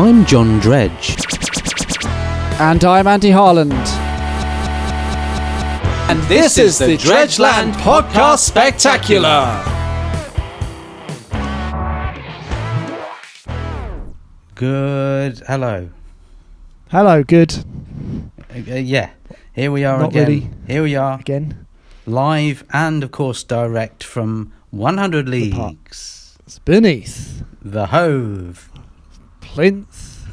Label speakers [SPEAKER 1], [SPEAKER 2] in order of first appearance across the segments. [SPEAKER 1] I'm John Dredge.
[SPEAKER 2] And I'm Andy Harland.
[SPEAKER 1] And
[SPEAKER 2] this is the Dredgeland Podcast
[SPEAKER 1] Spectacular.
[SPEAKER 3] Good. Hello.
[SPEAKER 2] Hello, good.
[SPEAKER 3] Uh, uh, yeah. Here we are
[SPEAKER 2] Not
[SPEAKER 3] again.
[SPEAKER 2] really.
[SPEAKER 3] Here we are
[SPEAKER 2] Again,
[SPEAKER 3] live and of course direct from 100
[SPEAKER 2] The park.
[SPEAKER 3] Leagues,
[SPEAKER 2] it's beneath
[SPEAKER 3] the Hove,
[SPEAKER 2] Plinth,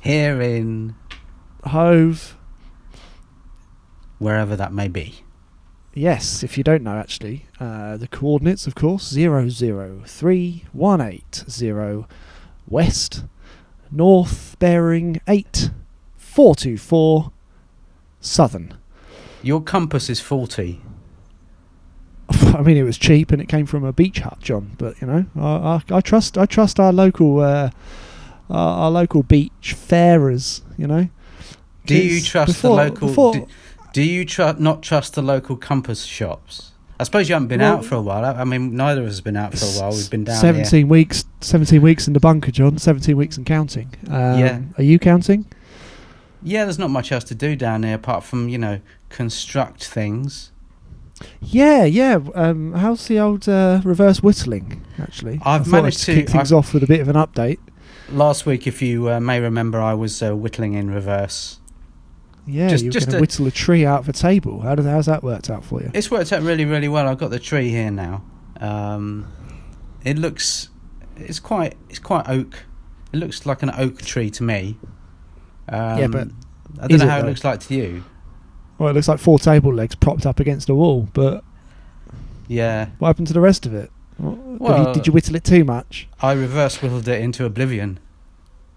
[SPEAKER 3] here in
[SPEAKER 2] Hove.
[SPEAKER 3] wherever that may be.
[SPEAKER 2] Yes, if you don't know, actually, uh, the coordinates, of course, zero zero three one eight zero west, north bearing eight four two four, southern.
[SPEAKER 3] Your compass is faulty.
[SPEAKER 2] I mean, it was cheap and it came from a beach hut, John. But you know, I, I, I trust I trust our local uh, our, our local beach farers. You know,
[SPEAKER 3] Do you
[SPEAKER 2] It's
[SPEAKER 3] trust
[SPEAKER 2] before-
[SPEAKER 3] the local?
[SPEAKER 2] before-
[SPEAKER 3] Do, do you tru- not trust the local compass shops? I suppose you haven't been
[SPEAKER 2] Well-
[SPEAKER 3] out for a while. I, I mean, neither of us have been out uh, for a while. We've been down
[SPEAKER 2] seventeen weeks. Seventeen weeks in the bunker, John. Seventeen weeks and counting. Um,
[SPEAKER 3] Yeah.
[SPEAKER 2] Are you counting?
[SPEAKER 3] here. Yeah, there's not much else to do down here apart from you know construct things.
[SPEAKER 2] Yeah, yeah. Um, how's the old uh, reverse whistling? Actually, I
[SPEAKER 3] I've
[SPEAKER 2] thought
[SPEAKER 3] managed to-
[SPEAKER 2] I'd kick things
[SPEAKER 3] I've-
[SPEAKER 2] off with a bit of an update.
[SPEAKER 3] Last week, if you uh, may remember, I was uh, whittling in reverse.
[SPEAKER 2] Yeah,
[SPEAKER 3] Just-
[SPEAKER 2] you're
[SPEAKER 3] just
[SPEAKER 2] going to
[SPEAKER 3] a-
[SPEAKER 2] whittle a tree out of a table. How does how's that worked out for you?
[SPEAKER 3] It's worked out really, really well. I've got the tree here now. Um, it looks, it's quite, it's quite oak. It looks like an oak tree to me. Um,
[SPEAKER 2] Yeah, but
[SPEAKER 3] I don't
[SPEAKER 2] is
[SPEAKER 3] know
[SPEAKER 2] it
[SPEAKER 3] how it
[SPEAKER 2] though?
[SPEAKER 3] looks like to you.
[SPEAKER 2] Well, it looks like four table legs propped up against a wall, but
[SPEAKER 3] Yeah,
[SPEAKER 2] What happened to the rest of it? What- have you-
[SPEAKER 3] Well-
[SPEAKER 2] did you whittle it too much?
[SPEAKER 3] I reverse whittled it into oblivion.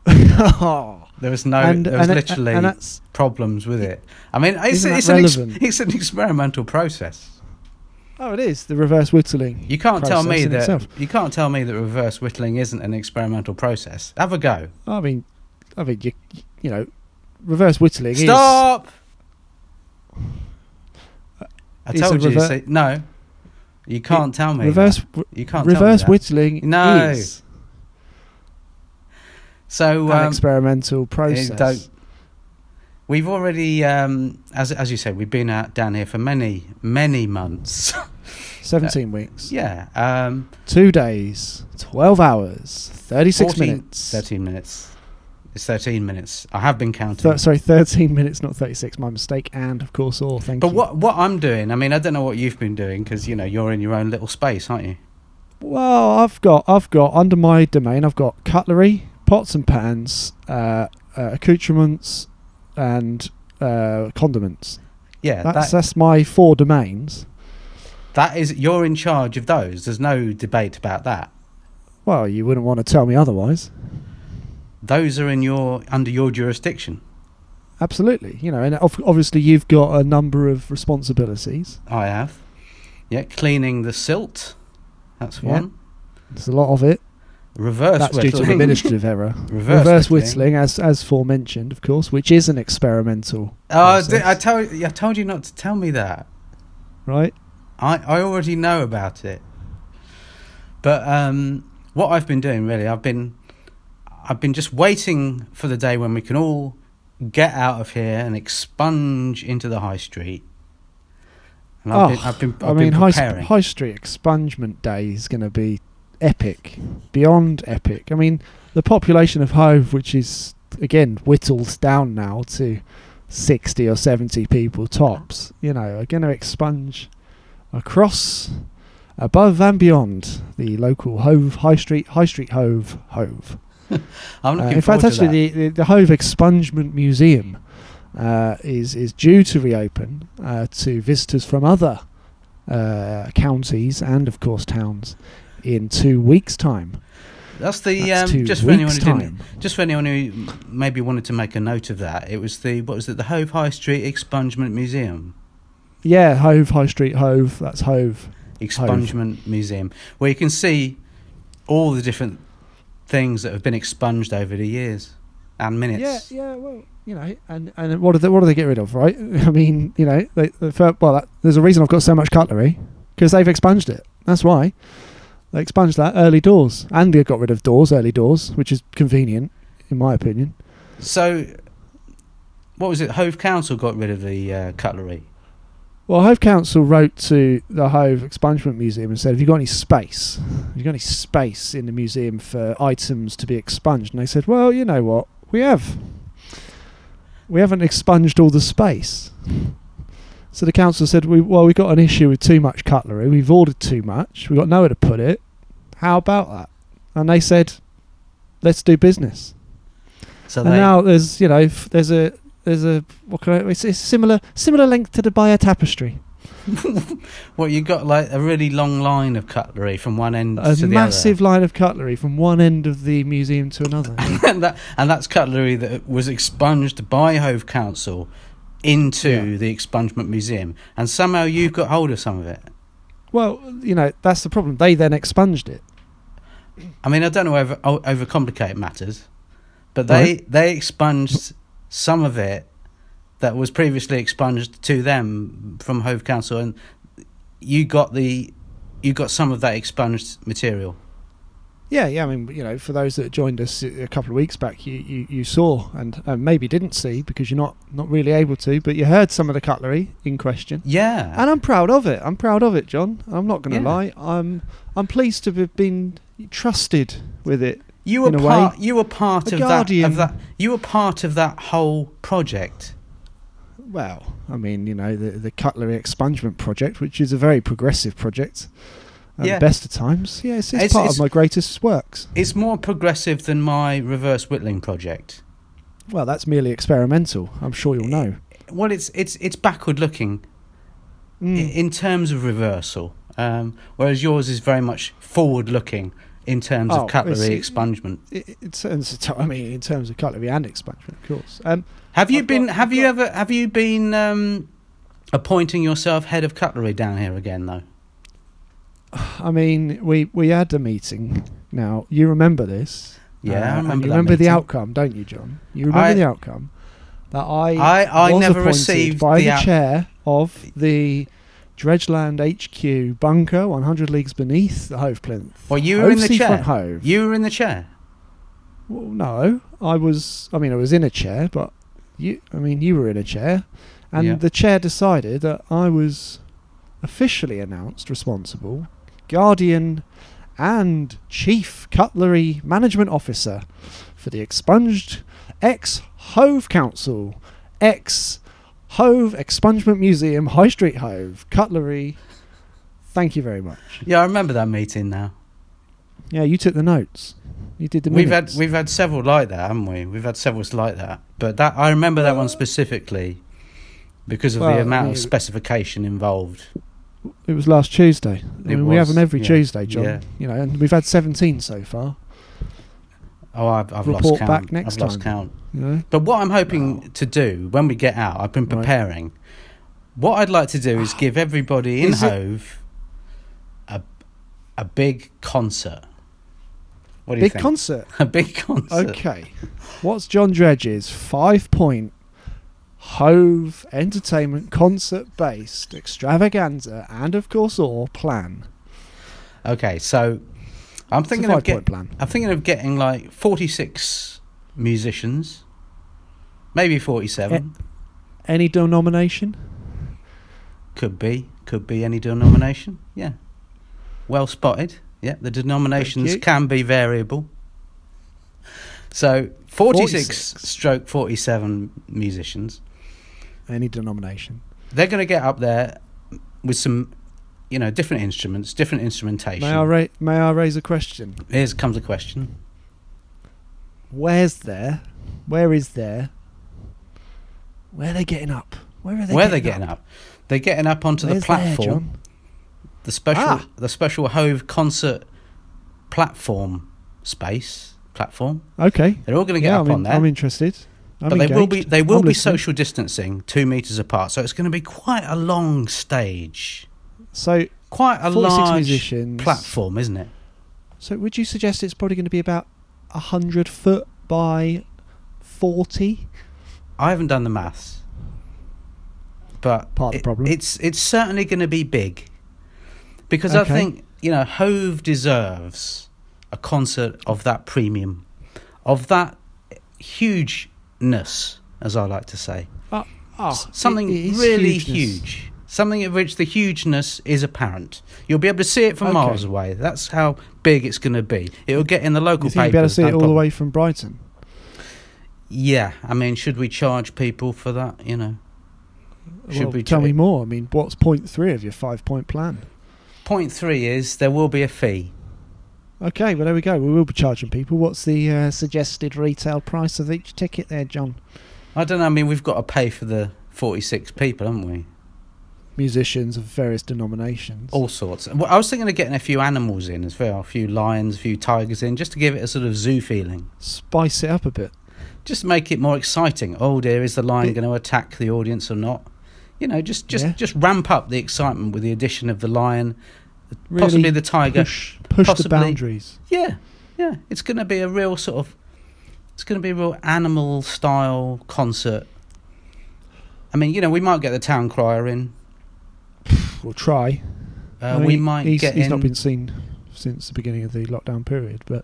[SPEAKER 2] and,
[SPEAKER 3] There was no, there was
[SPEAKER 2] and-
[SPEAKER 3] literally
[SPEAKER 2] and that's
[SPEAKER 3] problems with it. I mean, it's,
[SPEAKER 2] Isn't that
[SPEAKER 3] it's an ex-
[SPEAKER 2] relevant?
[SPEAKER 3] it's an experimental process.
[SPEAKER 2] oh, it is the reverse whittling.
[SPEAKER 3] You can't tell
[SPEAKER 2] Process
[SPEAKER 3] me
[SPEAKER 2] in
[SPEAKER 3] that
[SPEAKER 2] itself.
[SPEAKER 3] you can't tell me that reverse whittling isn't an experimental process. Have a go.
[SPEAKER 2] I mean, I mean, you, you know, reverse whittling
[SPEAKER 3] Stop! I
[SPEAKER 2] Is it
[SPEAKER 3] told you.
[SPEAKER 2] rever-
[SPEAKER 3] see- no, you can't tell me.
[SPEAKER 2] is reverse w-
[SPEAKER 3] that. You can't
[SPEAKER 2] reverse
[SPEAKER 3] tell me that.
[SPEAKER 2] whittling
[SPEAKER 3] No,
[SPEAKER 2] is
[SPEAKER 3] So
[SPEAKER 2] an
[SPEAKER 3] um,
[SPEAKER 2] experimental process.
[SPEAKER 3] don't- we've already, um, as as you said, we've been out down here for many many months.
[SPEAKER 2] Seventeen weeks,
[SPEAKER 3] yeah, um,
[SPEAKER 2] two days, twelve hours, thirty-six
[SPEAKER 3] 14
[SPEAKER 2] minutes.
[SPEAKER 3] thirteen minutes. It's thirteen minutes. I have been counting.
[SPEAKER 2] Thir- sorry, thirteen minutes, not thirty-six. My mistake. And of course, all thank
[SPEAKER 3] but
[SPEAKER 2] you.
[SPEAKER 3] what what I'm doing? I mean, I don't know what you've been doing because you know you're in your own little space, aren't you?
[SPEAKER 2] Well, I've got I've got under my domain. I've got cutlery, pots and pans, uh, uh, accoutrements, and uh, condiments.
[SPEAKER 3] Yeah,
[SPEAKER 2] That's uh,
[SPEAKER 3] that,
[SPEAKER 2] that's my four domains.
[SPEAKER 3] that is you're in charge of those. There's no debate about that.
[SPEAKER 2] Well, you wouldn't want to tell me otherwise.
[SPEAKER 3] those are in your under your jurisdiction.
[SPEAKER 2] Absolutely, you know, and ob- obviously you've got a number of responsibilities.
[SPEAKER 3] I have. Yeah, cleaning the silt. That's
[SPEAKER 2] Yeah.
[SPEAKER 3] one.
[SPEAKER 2] There's a lot of it.
[SPEAKER 3] Reverse
[SPEAKER 2] That's due
[SPEAKER 3] whittling.
[SPEAKER 2] to an administrative error.
[SPEAKER 3] reverse,
[SPEAKER 2] Reverse whittling, as as forementioned, of course, which is an experimental,
[SPEAKER 3] Oh, I, di- I
[SPEAKER 2] process.
[SPEAKER 3] told I told you not to tell me that.
[SPEAKER 2] right?
[SPEAKER 3] I I already know about it. But um, what I've been doing really, I've been I've been just waiting for the day when we can all get out of here and expunge into the high street. And I've
[SPEAKER 2] Oh,
[SPEAKER 3] been I've been I've
[SPEAKER 2] I mean,
[SPEAKER 3] been
[SPEAKER 2] high,
[SPEAKER 3] preparing.
[SPEAKER 2] sp- high street expungement day is going to be epic, beyond epic. I mean, the population of Hove, which is again whittled down now to sixty or seventy people tops, you know, are going to expunge across, above and beyond the local Hove High Street, High Street Hove Hove.
[SPEAKER 3] I'm
[SPEAKER 2] Uh,
[SPEAKER 3] looking
[SPEAKER 2] in
[SPEAKER 3] forward
[SPEAKER 2] fact,
[SPEAKER 3] to
[SPEAKER 2] actually,
[SPEAKER 3] that.
[SPEAKER 2] the, the, the Hove Expungement Museum uh, is is due to reopen uh, to visitors from other uh, counties and, of course, towns in two weeks' time.
[SPEAKER 3] That's the
[SPEAKER 2] That's
[SPEAKER 3] um,
[SPEAKER 2] two
[SPEAKER 3] just for anyone
[SPEAKER 2] weeks'
[SPEAKER 3] who didn't,
[SPEAKER 2] time.
[SPEAKER 3] just for anyone who m- maybe wanted to make a note of that. It was the what was it? The Hove High Street Expungement Museum.
[SPEAKER 2] Yeah, Hove High Street Hove. That's Hove.
[SPEAKER 3] Expungement Museum, where you can see all the different things that have been expunged over the years and minutes.
[SPEAKER 2] Yeah, yeah. Well, you know, and and what do they what do they get rid of? Right? I mean, you know, they, they, fir- well, that, there's a reason I've got so much cutlery because they've expunged it. That's why they expunged that early doors, and they got rid of doors, early doors, which is convenient. in my opinion.
[SPEAKER 3] So, what was it? Hove Council got rid of the uh, cutlery.
[SPEAKER 2] Well, Hove Council wrote to the Hove Expungement Museum and said, "Have you got any space? Have you got any space in the museum for items to be expunged?" And they said, "Well, you know what? We have. We haven't expunged all the space." So the council said, "We well, we've got an issue with too much cutlery. We've ordered too much. We've got nowhere to put it. How about that?" And they said, "Let's do business."
[SPEAKER 3] So
[SPEAKER 2] and
[SPEAKER 3] they,
[SPEAKER 2] now there's you know f- there's a there's a what can I, it's, it's similar similar length to the Bayer tapestry.
[SPEAKER 3] what you got like a really long line of cutlery from one end
[SPEAKER 2] A
[SPEAKER 3] to the
[SPEAKER 2] massive line of cutlery from one end of the museum to another.
[SPEAKER 3] other, and, that, and that's cutlery that was expunged by Hove Council into
[SPEAKER 2] Yeah.
[SPEAKER 3] the expungement museum, and somehow you got hold of some of it.
[SPEAKER 2] well, you know that's the problem. They then expunged it.
[SPEAKER 3] I mean, I don't know over o- overcomplicate matters, but they they expunged some of it that was previously expunged to them from Hove Council, and you got the you got some of that expunged material.
[SPEAKER 2] Yeah, yeah. I mean, you know, for those that joined us a a couple of weeks back, you, you, you saw and, and maybe didn't see because you're not not really able to, but you heard some of the cutlery in question.
[SPEAKER 3] Yeah,
[SPEAKER 2] and I'm proud of it. I'm proud of it, John. I'm not going to
[SPEAKER 3] Yeah.
[SPEAKER 2] lie. I'm I'm pleased to have been trusted with it.
[SPEAKER 3] you were
[SPEAKER 2] in a way,
[SPEAKER 3] part you were part
[SPEAKER 2] the
[SPEAKER 3] of
[SPEAKER 2] Guardian-
[SPEAKER 3] that of that you were part of that whole project.
[SPEAKER 2] Well, I mean, you know, the the cutlery expungement project, which is a very progressive project. At
[SPEAKER 3] Yeah.
[SPEAKER 2] the best of times, yeah, it's, it's,
[SPEAKER 3] It's-
[SPEAKER 2] part
[SPEAKER 3] it's-
[SPEAKER 2] of my greatest works.
[SPEAKER 3] It's more progressive than my reverse whittling project.
[SPEAKER 2] Well, that's merely experimental. I'm sure you'll know.
[SPEAKER 3] Well, it's it's it's backward looking. i-
[SPEAKER 2] Mm.
[SPEAKER 3] in terms of reversal, um, whereas yours is very much forward looking in terms
[SPEAKER 2] Oh,
[SPEAKER 3] of cutlery
[SPEAKER 2] it's-
[SPEAKER 3] expungement.
[SPEAKER 2] It- it's, it's, I mean, in terms of cutlery and expungement, of course. Um,
[SPEAKER 3] Have you
[SPEAKER 2] I've
[SPEAKER 3] been?
[SPEAKER 2] got-
[SPEAKER 3] have
[SPEAKER 2] I've
[SPEAKER 3] you
[SPEAKER 2] got-
[SPEAKER 3] ever? Have you been um, appointing yourself head of cutlery down here again though?
[SPEAKER 2] I mean, we we had a meeting. Now you remember this.
[SPEAKER 3] Yeah, I
[SPEAKER 2] Uh, and
[SPEAKER 3] remember
[SPEAKER 2] you
[SPEAKER 3] that
[SPEAKER 2] remember the
[SPEAKER 3] meeting.
[SPEAKER 2] outcome, don't you, John? You remember
[SPEAKER 3] I-
[SPEAKER 2] the outcome that I
[SPEAKER 3] I, I
[SPEAKER 2] was
[SPEAKER 3] never
[SPEAKER 2] appointed
[SPEAKER 3] received
[SPEAKER 2] by the,
[SPEAKER 3] the out-
[SPEAKER 2] chair of the Dredgeland HQ bunker, 100 leagues beneath the Hove Plinth.
[SPEAKER 3] Well, you
[SPEAKER 2] Hove
[SPEAKER 3] were in the
[SPEAKER 2] Seafront
[SPEAKER 3] chair.
[SPEAKER 2] Hove.
[SPEAKER 3] You were in the chair.
[SPEAKER 2] Well, no, I was. I mean, I was in a chair, but you. I mean, you were in a chair, and
[SPEAKER 3] Yeah.
[SPEAKER 2] the chair decided that I was officially announced responsible, guardian, and chief cutlery management officer for the expunged ex Hove Council, ex Hove Expungement Museum, High Street Hove cutlery. Thank you very much.
[SPEAKER 3] Yeah, I remember that meeting now.
[SPEAKER 2] Yeah, you took the notes. You did the
[SPEAKER 3] we've had
[SPEAKER 2] minutes.
[SPEAKER 3] we've had several like that, haven't we? We've had several like that. But that I remember that one specifically because of
[SPEAKER 2] Uh, Well, I
[SPEAKER 3] the amount
[SPEAKER 2] mean-
[SPEAKER 3] of specification involved.
[SPEAKER 2] It was last Tuesday. I
[SPEAKER 3] It
[SPEAKER 2] mean, we have
[SPEAKER 3] was,
[SPEAKER 2] them every
[SPEAKER 3] yeah.
[SPEAKER 2] Tuesday, John.
[SPEAKER 3] Yeah.
[SPEAKER 2] You know, and we've had 17 so far.
[SPEAKER 3] Oh, I've, I've
[SPEAKER 2] Report
[SPEAKER 3] lost count.
[SPEAKER 2] back next
[SPEAKER 3] I've lost
[SPEAKER 2] time.
[SPEAKER 3] count.
[SPEAKER 2] You know,
[SPEAKER 3] But what I'm hoping to do when we get out, I've been
[SPEAKER 2] Right.
[SPEAKER 3] preparing. What I'd like to do is give everybody in
[SPEAKER 2] Is it-
[SPEAKER 3] Hove a a big concert. What do you
[SPEAKER 2] big
[SPEAKER 3] think?
[SPEAKER 2] concert.
[SPEAKER 3] a big concert.
[SPEAKER 2] Okay, what's John Dredge's five-point Hove Entertainment concert-based extravaganza and, of course, all plan?
[SPEAKER 3] Okay, so I'm
[SPEAKER 2] It's a
[SPEAKER 3] thinking of get,
[SPEAKER 2] five-point plan.
[SPEAKER 3] I'm thinking of getting like 46 musicians, maybe
[SPEAKER 2] Eh,
[SPEAKER 3] 47.
[SPEAKER 2] Any denomination?
[SPEAKER 3] Could be, could be any denomination. Yeah, well spotted. Yeah, the denominations
[SPEAKER 2] you.
[SPEAKER 3] can be variable. So 46,
[SPEAKER 2] 46.
[SPEAKER 3] stroke 47 musicians.
[SPEAKER 2] Any denomination?
[SPEAKER 3] They're going to get up there with some, you know, different instruments, different instrumentation.
[SPEAKER 2] May I ra- may I raise a question?
[SPEAKER 3] Here comes a question.
[SPEAKER 2] Where's there? Where is there? Where are they getting up? Where are they?
[SPEAKER 3] Where
[SPEAKER 2] getting
[SPEAKER 3] they're getting up? They're getting up onto
[SPEAKER 2] Where's
[SPEAKER 3] the
[SPEAKER 2] there,
[SPEAKER 3] platform.
[SPEAKER 2] John?
[SPEAKER 3] the special
[SPEAKER 2] Ah.
[SPEAKER 3] the special Hove concert platform space platform.
[SPEAKER 2] Okay.
[SPEAKER 3] They're all going to get
[SPEAKER 2] yeah,
[SPEAKER 3] up
[SPEAKER 2] I'm, in-
[SPEAKER 3] on there,
[SPEAKER 2] I'm interested. I'm
[SPEAKER 3] but they will be
[SPEAKER 2] engaged.
[SPEAKER 3] they will
[SPEAKER 2] I'm
[SPEAKER 3] be
[SPEAKER 2] listening.
[SPEAKER 3] social distancing two meters apart. So it's going to be quite a long stage,
[SPEAKER 2] So
[SPEAKER 3] quite a
[SPEAKER 2] 46
[SPEAKER 3] large
[SPEAKER 2] musicians.
[SPEAKER 3] platform, isn't it?
[SPEAKER 2] So would you suggest it's probably going to be about hundred foot by forty?
[SPEAKER 3] I haven't done the maths, but
[SPEAKER 2] Part of the
[SPEAKER 3] it-
[SPEAKER 2] problem.
[SPEAKER 3] It's it's certainly going to be big, because
[SPEAKER 2] Okay.
[SPEAKER 3] I think you know Hove deserves a concert of that premium, of that hugeness, as I like to say.
[SPEAKER 2] Oh,
[SPEAKER 3] Ah, Something
[SPEAKER 2] it- it is
[SPEAKER 3] really
[SPEAKER 2] hugeness.
[SPEAKER 3] huge. Something at which the hugeness is apparent. You'll be able to see it from
[SPEAKER 2] Okay.
[SPEAKER 3] miles away. That's how big it's going to be. It'll get in the local
[SPEAKER 2] You
[SPEAKER 3] papers.
[SPEAKER 2] think you'd be able to see
[SPEAKER 3] no
[SPEAKER 2] it all the
[SPEAKER 3] problem.
[SPEAKER 2] way from Brighton?
[SPEAKER 3] Yeah, I mean, should we charge people for that? You know, Should
[SPEAKER 2] Well,
[SPEAKER 3] we
[SPEAKER 2] tell
[SPEAKER 3] do
[SPEAKER 2] me
[SPEAKER 3] it?
[SPEAKER 2] more? I mean, what's point three of your five-point plan?
[SPEAKER 3] point three is there will be a fee.
[SPEAKER 2] Okay, well there we go. We will be charging people. What's the uh, suggested retail price of each ticket there, John?
[SPEAKER 3] I don't know. I mean, we've got to pay for the forty-six people, haven't we?
[SPEAKER 2] Musicians of various denominations.
[SPEAKER 3] All sorts. Well, I was thinking of getting a few animals in as well, a few lions, a few tigers in, just to give it a sort of zoo feeling,
[SPEAKER 2] Spice it up a bit.
[SPEAKER 3] just to make it more exciting. Oh dear, is the lion
[SPEAKER 2] Bit-
[SPEAKER 3] going to attack the audience or not? You know, just just
[SPEAKER 2] Yeah.
[SPEAKER 3] just ramp up the excitement with the addition of the lion,
[SPEAKER 2] Really
[SPEAKER 3] possibly the tiger.
[SPEAKER 2] push, push the
[SPEAKER 3] possibly-
[SPEAKER 2] boundaries.
[SPEAKER 3] Yeah, yeah. It's going to be a real sort of. It's going to be a real animal style concert. I mean, you know, we might get the town crier in.
[SPEAKER 2] We'll try.
[SPEAKER 3] Uh,
[SPEAKER 2] I mean,
[SPEAKER 3] we might
[SPEAKER 2] he's,
[SPEAKER 3] get
[SPEAKER 2] he's
[SPEAKER 3] in.
[SPEAKER 2] not been seen since the beginning of the lockdown period, but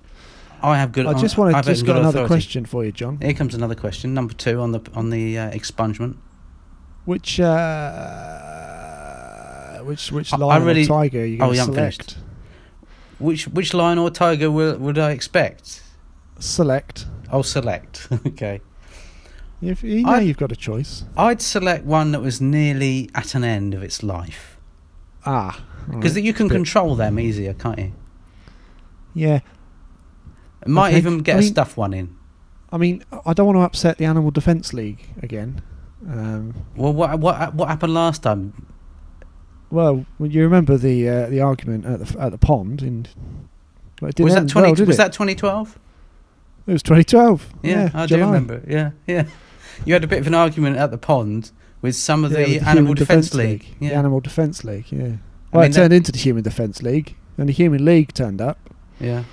[SPEAKER 3] I have good.
[SPEAKER 2] I just
[SPEAKER 3] I
[SPEAKER 2] want to
[SPEAKER 3] have
[SPEAKER 2] just
[SPEAKER 3] good
[SPEAKER 2] got another
[SPEAKER 3] authority.
[SPEAKER 2] question for you, John.
[SPEAKER 3] Here comes another question, number two on the on the uh, expungement.
[SPEAKER 2] Which uh, which which
[SPEAKER 3] I- I
[SPEAKER 2] lion
[SPEAKER 3] really-
[SPEAKER 2] or tiger are you
[SPEAKER 3] Oh,
[SPEAKER 2] going to
[SPEAKER 3] yeah, I'm finished.
[SPEAKER 2] select?
[SPEAKER 3] Which which lion or tiger will, would I expect?
[SPEAKER 2] Select.
[SPEAKER 3] I'll select. okay,
[SPEAKER 2] If, you know
[SPEAKER 3] I-
[SPEAKER 2] you've got a choice.
[SPEAKER 3] I'd select one that was nearly at an end of its life
[SPEAKER 2] Ah,
[SPEAKER 3] because
[SPEAKER 2] alright.
[SPEAKER 3] you can
[SPEAKER 2] Bit-
[SPEAKER 3] control them easier, can't you?
[SPEAKER 2] yeah.
[SPEAKER 3] Might
[SPEAKER 2] Okay.
[SPEAKER 3] even get
[SPEAKER 2] I
[SPEAKER 3] a
[SPEAKER 2] mean-
[SPEAKER 3] stuffed one in.
[SPEAKER 2] I mean, I don't want to upset the Animal Defence League again. Um,
[SPEAKER 3] Well, what what what happened last time?
[SPEAKER 2] well, well, you remember the uh, the argument at the f- at the pond in. Well, it didn't
[SPEAKER 3] was that
[SPEAKER 2] end
[SPEAKER 3] twenty?
[SPEAKER 2] well, did
[SPEAKER 3] was
[SPEAKER 2] it?
[SPEAKER 3] that twenty twelve?
[SPEAKER 2] It was 2012.
[SPEAKER 3] Yeah, I
[SPEAKER 2] July.
[SPEAKER 3] do remember. it. Yeah, yeah. You had a bit of an argument at the pond with some of
[SPEAKER 2] Yeah,
[SPEAKER 3] the,
[SPEAKER 2] with
[SPEAKER 3] Animal
[SPEAKER 2] Human
[SPEAKER 3] Defence League.
[SPEAKER 2] The
[SPEAKER 3] Yeah,
[SPEAKER 2] Animal Defence League, yeah. Well,
[SPEAKER 3] mean,
[SPEAKER 2] it
[SPEAKER 3] that-
[SPEAKER 2] turned into the Human Defence League, and the Human League turned up.
[SPEAKER 3] yeah.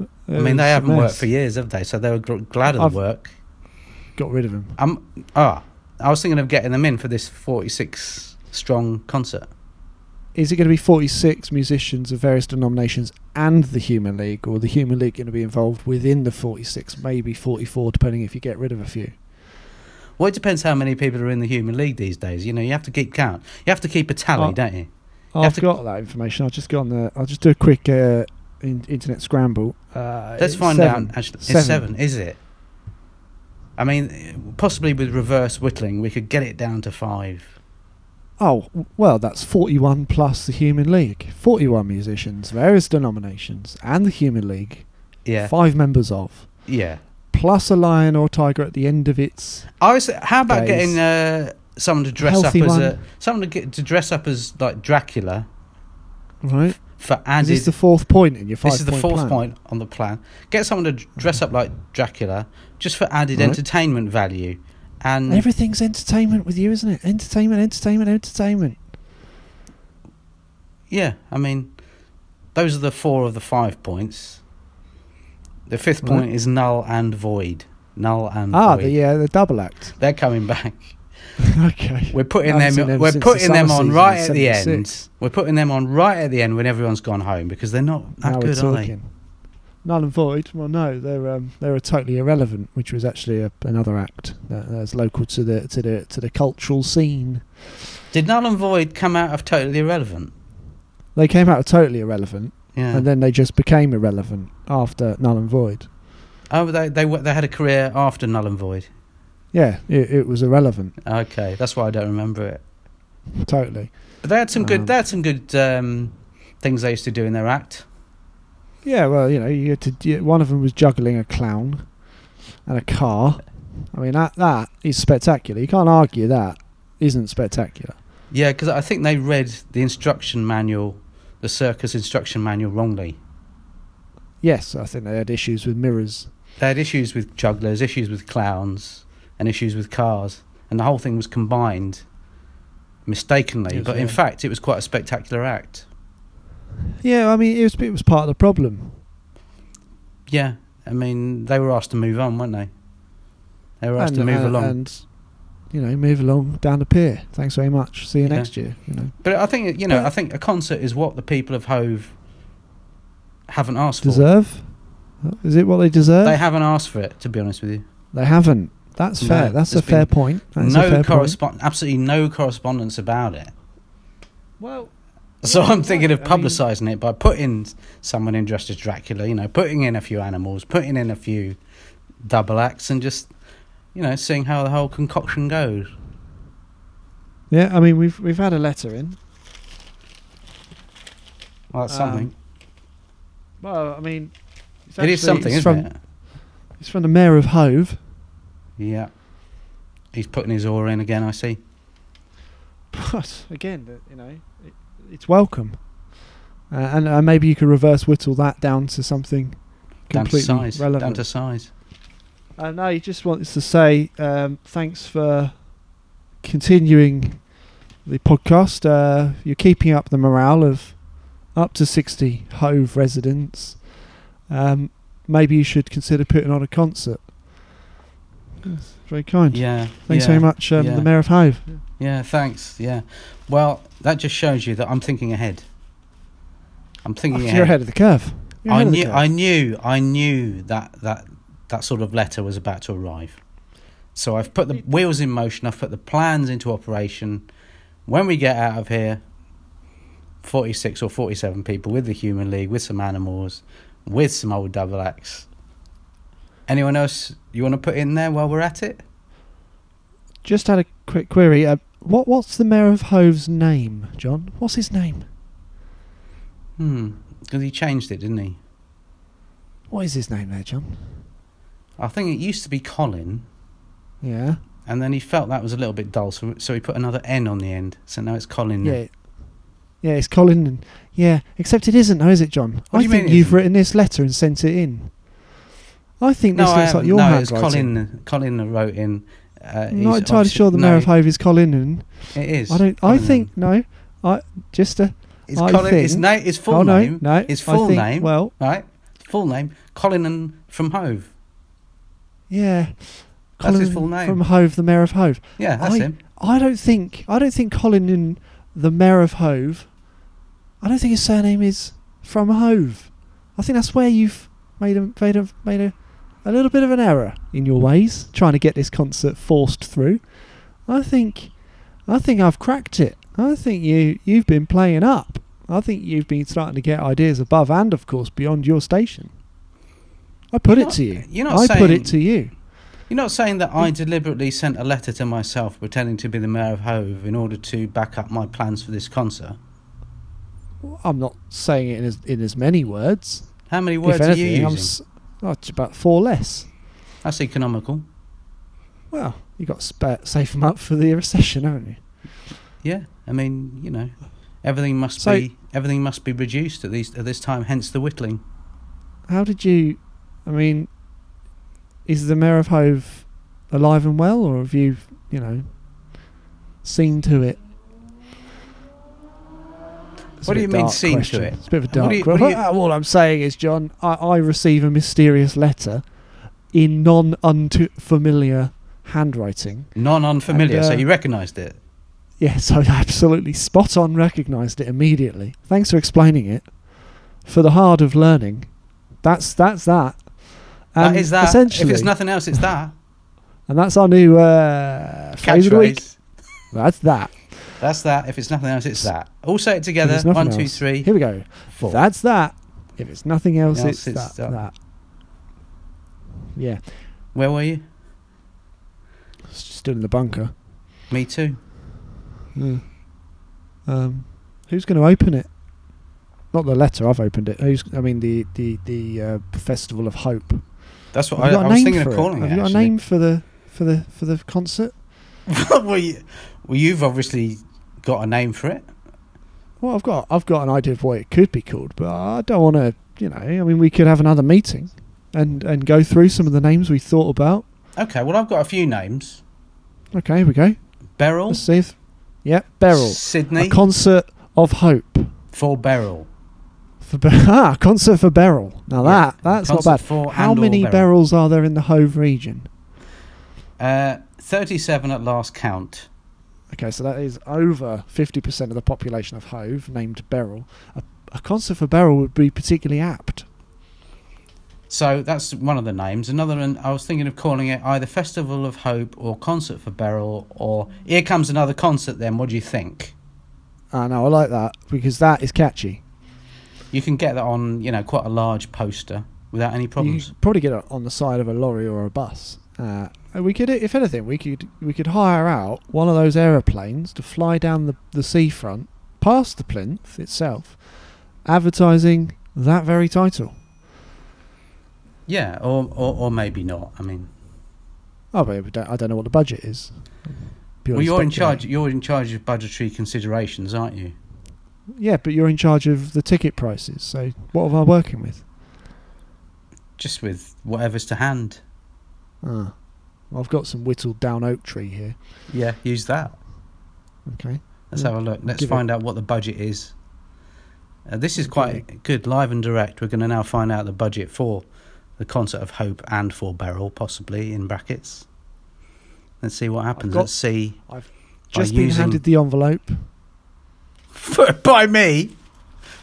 [SPEAKER 2] It
[SPEAKER 3] I mean,
[SPEAKER 2] was a
[SPEAKER 3] they haven't worked
[SPEAKER 2] mess.
[SPEAKER 3] for years, have they? So they were gl- glad of
[SPEAKER 2] I've-
[SPEAKER 3] the work.
[SPEAKER 2] Got rid of them.
[SPEAKER 3] Um, ah, I was thinking of getting them in for this forty-six strong concert.
[SPEAKER 2] Is it going to be 46 musicians of various denominations and the Human League, or the Human League going to be involved within the 46, maybe 44, depending if you get rid of a few?
[SPEAKER 3] Well, it depends how many people are in the Human League these days. You know, you have to keep count. You have to keep a tally,
[SPEAKER 2] Oh.
[SPEAKER 3] don't you? have
[SPEAKER 2] I've
[SPEAKER 3] to-
[SPEAKER 2] got that information. I'll just go on the. I'll just do a quick uh, in, internet scramble. Uh,
[SPEAKER 3] Let's
[SPEAKER 2] it's
[SPEAKER 3] find
[SPEAKER 2] seven.
[SPEAKER 3] out. Actually,
[SPEAKER 2] Seven.
[SPEAKER 3] it's seven, is it? I mean, possibly with reverse whittling, we could get it down to five.
[SPEAKER 2] Oh w- well, that's forty-one plus the Human League. Forty-one musicians, various denominations, and the Human League.
[SPEAKER 3] Yeah,
[SPEAKER 2] Five members of,
[SPEAKER 3] yeah.
[SPEAKER 2] plus a lion or tiger at the end of its.
[SPEAKER 3] I was. How about
[SPEAKER 2] Days.
[SPEAKER 3] getting uh, someone to dress
[SPEAKER 2] Healthy
[SPEAKER 3] up as
[SPEAKER 2] one.
[SPEAKER 3] a someone to get to dress up as like Dracula
[SPEAKER 2] Right.
[SPEAKER 3] for
[SPEAKER 2] Is
[SPEAKER 3] added.
[SPEAKER 2] this the fourth point in your five?
[SPEAKER 3] this is the
[SPEAKER 2] point
[SPEAKER 3] fourth
[SPEAKER 2] plan?
[SPEAKER 3] point on the plan. Get someone to dr- dress up like Dracula just for added
[SPEAKER 2] Right.
[SPEAKER 3] entertainment value, and
[SPEAKER 2] Everything's entertainment with you, isn't it? Entertainment, entertainment, entertainment.
[SPEAKER 3] yeah, I mean, those are the four of the five points. The fifth
[SPEAKER 2] Right.
[SPEAKER 3] point is null and void. Null and
[SPEAKER 2] Ah,
[SPEAKER 3] void.
[SPEAKER 2] the, yeah, the double act.
[SPEAKER 3] They're coming back.
[SPEAKER 2] okay.
[SPEAKER 3] We're putting
[SPEAKER 2] I haven't
[SPEAKER 3] them.
[SPEAKER 2] seen them
[SPEAKER 3] we're
[SPEAKER 2] since
[SPEAKER 3] putting
[SPEAKER 2] the
[SPEAKER 3] them
[SPEAKER 2] summer
[SPEAKER 3] on
[SPEAKER 2] season
[SPEAKER 3] right
[SPEAKER 2] in
[SPEAKER 3] at the end.
[SPEAKER 2] 76.
[SPEAKER 3] We're putting them on right at the end when everyone's gone home because they're not that
[SPEAKER 2] now we're
[SPEAKER 3] good, are they?
[SPEAKER 2] talking. Null and void. Well, no, they're um, they were totally irrelevant, which was actually a, another act that, that's local to the to the to the cultural scene.
[SPEAKER 3] Did Null and Void come out of Totally Irrelevant?
[SPEAKER 2] They came out totally irrelevant,
[SPEAKER 3] Yeah.
[SPEAKER 2] and then they just became irrelevant after Null and Void.
[SPEAKER 3] oh, they, they were- they had a career after Null and Void.
[SPEAKER 2] Yeah, it, it was irrelevant
[SPEAKER 3] Okay, that's why I don't remember it.
[SPEAKER 2] totally.
[SPEAKER 3] But they had some good.
[SPEAKER 2] Um,
[SPEAKER 3] they had some good um, things they used to do in their act.
[SPEAKER 2] Yeah, well, you know, you had to. You, one of them was juggling a clown and a car. I mean, that that is spectacular. You can't argue that isn't spectacular.
[SPEAKER 3] Yeah, because I think they read the instruction manual, the circus instruction manual, wrongly.
[SPEAKER 2] Yes, I think they had issues with mirrors.
[SPEAKER 3] They had issues with jugglers, issues with clowns, and issues with cars, and the whole thing was combined mistakenly.
[SPEAKER 2] Yes,
[SPEAKER 3] but in
[SPEAKER 2] yeah.
[SPEAKER 3] fact, it was quite a spectacular act.
[SPEAKER 2] Yeah, I mean, it was it was part of the problem.
[SPEAKER 3] Yeah, I mean, they were asked to move on, weren't they? They were asked to move along.
[SPEAKER 2] And you know, move along down the pier. Thanks very much. See you
[SPEAKER 3] Yeah.
[SPEAKER 2] next year. You know,
[SPEAKER 3] But I think you know,
[SPEAKER 2] But-
[SPEAKER 3] I think a concert is what the people of Hove haven't asked for.
[SPEAKER 2] deserve. Is it what they deserve?
[SPEAKER 3] They haven't asked for it, to be honest with you.
[SPEAKER 2] They haven't. That's
[SPEAKER 3] No,
[SPEAKER 2] fair. That's a
[SPEAKER 3] there's
[SPEAKER 2] fair
[SPEAKER 3] been
[SPEAKER 2] point. That is a
[SPEAKER 3] no
[SPEAKER 2] fair point.
[SPEAKER 3] correspond, absolutely no correspondence about it.
[SPEAKER 2] Well,
[SPEAKER 3] So
[SPEAKER 2] Yeah,
[SPEAKER 3] I'm thinking of
[SPEAKER 2] right, I mean-
[SPEAKER 3] publicising it by putting someone in dressed as Dracula, you know, putting in a few animals, putting in a few double acts, and just you know, seeing how the whole concoction goes.
[SPEAKER 2] yeah. I mean, we've we've had a letter in.
[SPEAKER 3] Well, that's
[SPEAKER 2] Um,
[SPEAKER 3] something.
[SPEAKER 2] Well, I mean, it's
[SPEAKER 3] it is
[SPEAKER 2] actually-
[SPEAKER 3] something,
[SPEAKER 2] it's
[SPEAKER 3] isn't
[SPEAKER 2] from,
[SPEAKER 3] it?
[SPEAKER 2] It's from the mayor of Hove.
[SPEAKER 3] Yeah. He's putting his oar in again. I see.
[SPEAKER 2] But again, the- you know, it, it's welcome. Uh, and uh, maybe you could reverse whittle that down to something
[SPEAKER 3] Down to
[SPEAKER 2] completely
[SPEAKER 3] size.
[SPEAKER 2] relevant.
[SPEAKER 3] Down to size.
[SPEAKER 2] Uh, no, he just wants to say um, thanks for continuing the podcast. Uh, you're keeping up the morale of up to 60 Hove residents. Um, maybe you should consider putting on a concert. That's very kind.
[SPEAKER 3] Yeah.
[SPEAKER 2] Thanks
[SPEAKER 3] yeah.
[SPEAKER 2] very much, um,
[SPEAKER 3] yeah.
[SPEAKER 2] the Mayor of Hove.
[SPEAKER 3] Yeah. Thanks. Yeah. Well, that just shows you that I'm thinking ahead. I'm thinking
[SPEAKER 2] You're
[SPEAKER 3] ahead.
[SPEAKER 2] ahead of the curve. You're
[SPEAKER 3] I
[SPEAKER 2] ahead of the
[SPEAKER 3] knew,
[SPEAKER 2] curve.
[SPEAKER 3] I knew, I knew that that that sort of letter was about to arrive. So I've put the wheels in motion. I've put the plans into operation. When we get out of here, forty-six or forty-seven people with the Human League, with some animals, with some old double X. Anyone else you want to put in there while we're at it?
[SPEAKER 2] Just had a quick query. Uh, what What's the Mayor of Hove's name, John? What's his name?
[SPEAKER 3] Hmm, because he changed it, didn't he?
[SPEAKER 2] What is his name there, John?
[SPEAKER 3] I think it used to be Colin,
[SPEAKER 2] Yeah.
[SPEAKER 3] and then he felt that was a little bit dull, so so he put another N on the end. So now it's Colin.
[SPEAKER 2] Yeah. Yeah, it's Colin. And, yeah, except it isn't, though, is it, John?
[SPEAKER 3] What
[SPEAKER 2] I
[SPEAKER 3] do you
[SPEAKER 2] think
[SPEAKER 3] mean it
[SPEAKER 2] you've
[SPEAKER 3] isn't?
[SPEAKER 2] written this letter and sent it in. I think this looks like
[SPEAKER 3] haven't.
[SPEAKER 2] your
[SPEAKER 3] no, it's
[SPEAKER 2] handwriting.
[SPEAKER 3] Colin. Colin wrote in. Uh,
[SPEAKER 2] I'm
[SPEAKER 3] he's
[SPEAKER 2] not entirely
[SPEAKER 3] obviously-
[SPEAKER 2] sure the
[SPEAKER 3] no,
[SPEAKER 2] mayor of Hove is Colin. And
[SPEAKER 3] It is.
[SPEAKER 2] I don't. I
[SPEAKER 3] Colin.
[SPEAKER 2] think no. I just a.
[SPEAKER 3] It's
[SPEAKER 2] I
[SPEAKER 3] Colin. His
[SPEAKER 2] think-
[SPEAKER 3] name. His full
[SPEAKER 2] oh no,
[SPEAKER 3] name.
[SPEAKER 2] no.
[SPEAKER 3] His
[SPEAKER 2] I
[SPEAKER 3] full
[SPEAKER 2] think-
[SPEAKER 3] name.
[SPEAKER 2] Well,
[SPEAKER 3] Right. Full name. Colin and from Hove.
[SPEAKER 2] yeah.
[SPEAKER 3] That's his
[SPEAKER 2] Colin
[SPEAKER 3] full name.
[SPEAKER 2] from Hove, the mayor of Hove.
[SPEAKER 3] Yeah, that's
[SPEAKER 2] I-
[SPEAKER 3] him.
[SPEAKER 2] I don't think I don't think Colin in the Mayor of Hove. I don't think his surname is from Hove. I think that's where you've made a made a made a, a little bit of an error in your ways trying to get this concert forced through. I think I think I've cracked it. I think you you've been playing up. I think you've been starting to get ideas above and of course beyond your station. I put
[SPEAKER 3] You're
[SPEAKER 2] it
[SPEAKER 3] not-
[SPEAKER 2] to you.
[SPEAKER 3] you're not
[SPEAKER 2] I put
[SPEAKER 3] saying-
[SPEAKER 2] it to you.
[SPEAKER 3] You're not saying that I deliberately sent a letter to myself pretending to be the mayor of Hove in order to back up my plans for this concert.
[SPEAKER 2] I'm not saying it in as, in as many words.
[SPEAKER 3] How many words
[SPEAKER 2] if anything,
[SPEAKER 3] are you
[SPEAKER 2] I'm
[SPEAKER 3] using?
[SPEAKER 2] s- oh, it's about four less.
[SPEAKER 3] That's economical.
[SPEAKER 2] Well, you got to spa- save them up for the recession, haven't you?
[SPEAKER 3] Yeah. I mean, you know, everything must
[SPEAKER 2] So-
[SPEAKER 3] be everything must be reduced at these at this time. Hence the whittling.
[SPEAKER 2] How did you? I mean, is the mayor of Hove alive and well, or have you, you know, seen to it? It's a
[SPEAKER 3] What do
[SPEAKER 2] bit
[SPEAKER 3] you mean
[SPEAKER 2] dark
[SPEAKER 3] seen to
[SPEAKER 2] question.
[SPEAKER 3] it?
[SPEAKER 2] It's a bit of a
[SPEAKER 3] What do
[SPEAKER 2] dark.
[SPEAKER 3] you-
[SPEAKER 2] que- uh,
[SPEAKER 3] what do you-
[SPEAKER 2] all I'm saying is, John, I, I receive a mysterious letter in non unfamiliar handwriting.
[SPEAKER 3] Non unfamiliar.
[SPEAKER 2] And, uh,
[SPEAKER 3] so you recognised it.
[SPEAKER 2] Yes, I absolutely spot on recognised it immediately. Thanks for explaining it. For the hard of learning, that's that's that.
[SPEAKER 3] That
[SPEAKER 2] And
[SPEAKER 3] is that.
[SPEAKER 2] Essentially,
[SPEAKER 3] If it's nothing else, it's that.
[SPEAKER 2] and that's our new uh, phrase of the week.
[SPEAKER 3] Catchphrase.
[SPEAKER 2] That's that.
[SPEAKER 3] That's that. If it's nothing else, it's that. All say it
[SPEAKER 2] If
[SPEAKER 3] together.
[SPEAKER 2] it's nothing
[SPEAKER 3] One, two,
[SPEAKER 2] else-
[SPEAKER 3] three,
[SPEAKER 2] Here we go.
[SPEAKER 3] four.
[SPEAKER 2] That's that. If it's nothing else,
[SPEAKER 3] Else
[SPEAKER 2] it's,
[SPEAKER 3] it's
[SPEAKER 2] that,
[SPEAKER 3] that.
[SPEAKER 2] that. Yeah,
[SPEAKER 3] Where were you?
[SPEAKER 2] s- still in the bunker.
[SPEAKER 3] Me too.
[SPEAKER 2] Yeah. Um, who's going to open it? Not the letter. I've opened it. Who's? I mean, the the the uh, festival of hope.
[SPEAKER 3] That's what
[SPEAKER 2] Have
[SPEAKER 3] I,
[SPEAKER 2] you got
[SPEAKER 3] I
[SPEAKER 2] a
[SPEAKER 3] was
[SPEAKER 2] name
[SPEAKER 3] thinking
[SPEAKER 2] for
[SPEAKER 3] of calling
[SPEAKER 2] it?
[SPEAKER 3] it.
[SPEAKER 2] Have you got a name for the for the for the concert?
[SPEAKER 3] actually. well, you, well, you've obviously got a name for it.
[SPEAKER 2] Well, I've got I've got an idea of what it could be called, but I don't want to. You know, I mean, we could have another meeting and and go through some of the names we thought about.
[SPEAKER 3] Okay. Well, I've got a few names.
[SPEAKER 2] Okay, here we go.
[SPEAKER 3] Beryl.
[SPEAKER 2] Let's see if. Yeah, Beryl.
[SPEAKER 3] Sydney.
[SPEAKER 2] A concert of hope
[SPEAKER 3] for Beryl.
[SPEAKER 2] for Ber- ah, concert for Beryl. Now
[SPEAKER 3] Yeah,
[SPEAKER 2] that that's not
[SPEAKER 3] concert
[SPEAKER 2] bad.
[SPEAKER 3] for
[SPEAKER 2] How
[SPEAKER 3] and or
[SPEAKER 2] many
[SPEAKER 3] Beryl.
[SPEAKER 2] Beryls are there in the Hove region?
[SPEAKER 3] Uh, Thirty-seven at last count.
[SPEAKER 2] Okay, so that is over 50% of the population of Hove named Beryl. A, a concert for Beryl would be particularly apt.
[SPEAKER 3] So that's one of the names. Another, and I was thinking of calling it either Festival of Hope or Concert for Beryl or Here Comes Another Concert. Then, what do you think?
[SPEAKER 2] I know, I like that because that is catchy.
[SPEAKER 3] You can get that on, you know, quite a large poster without any
[SPEAKER 2] You
[SPEAKER 3] problems.
[SPEAKER 2] could probably get it on the side of a lorry or a bus. Uh, and we could, if anything, we could we could hire out one of those aeroplanes to fly down the, the seafront past the plinth itself, advertising that very title.
[SPEAKER 3] Yeah, or, or or maybe not. I mean,
[SPEAKER 2] Oh, but we don't, I don't know what the budget is.
[SPEAKER 3] well,
[SPEAKER 2] Purely
[SPEAKER 3] you're in charge.
[SPEAKER 2] speculating.
[SPEAKER 3] You're in charge of budgetary considerations, aren't you?
[SPEAKER 2] Yeah, but you're in charge of the ticket prices. So what am I working with?
[SPEAKER 3] Just with whatever's to hand.
[SPEAKER 2] Ah, I've got some whittled down oak tree here.
[SPEAKER 3] Yeah, use that.
[SPEAKER 2] Okay.
[SPEAKER 3] Let's
[SPEAKER 2] Mm.
[SPEAKER 3] have a look. Let's
[SPEAKER 2] Give it-
[SPEAKER 3] find out what the budget is. Uh, this is
[SPEAKER 2] Okay.
[SPEAKER 3] quite good, live and direct. We're going to now find out the budget for the concert of Hope and for Beryl, possibly in brackets. Let's see what happens.
[SPEAKER 2] got-
[SPEAKER 3] Let's see.
[SPEAKER 2] Just been
[SPEAKER 3] using-
[SPEAKER 2] handed the envelope.
[SPEAKER 3] By me,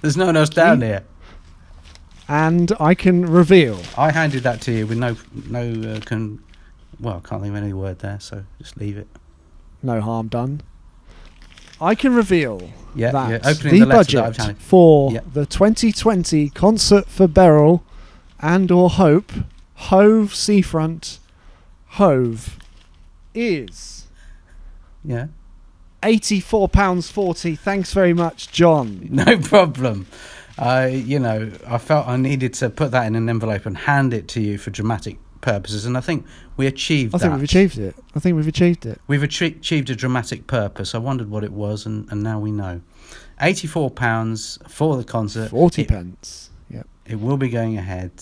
[SPEAKER 3] there's no one else down
[SPEAKER 2] You-
[SPEAKER 3] here.
[SPEAKER 2] And I can reveal.
[SPEAKER 3] I handed that to you with no no uh, con. Well, I can't think of any word there, so just leave it.
[SPEAKER 2] No harm done. I can reveal
[SPEAKER 3] Yeah,
[SPEAKER 2] that
[SPEAKER 3] yeah. Opening the,
[SPEAKER 2] the,
[SPEAKER 3] letter that I've
[SPEAKER 2] budget
[SPEAKER 3] handed.
[SPEAKER 2] for
[SPEAKER 3] Yeah.
[SPEAKER 2] the 2020 concert for Beryl and or Hope, Hove Seafront, Hove, is
[SPEAKER 3] Yeah,
[SPEAKER 2] eighty-four pounds forty. Thanks very much, John.
[SPEAKER 3] no problem. I, you know, I felt I needed to put that in an envelope and hand it to you for dramatic purposes, and I think we achieved
[SPEAKER 2] I
[SPEAKER 3] that.
[SPEAKER 2] think we've achieved it. I think we've achieved it.
[SPEAKER 3] We've atri- achieved a dramatic purpose. I wondered what it was, and, and now we know. Eighty-four pounds for the concert.
[SPEAKER 2] Forty
[SPEAKER 3] It,
[SPEAKER 2] pence. Yep.
[SPEAKER 3] it will be going ahead.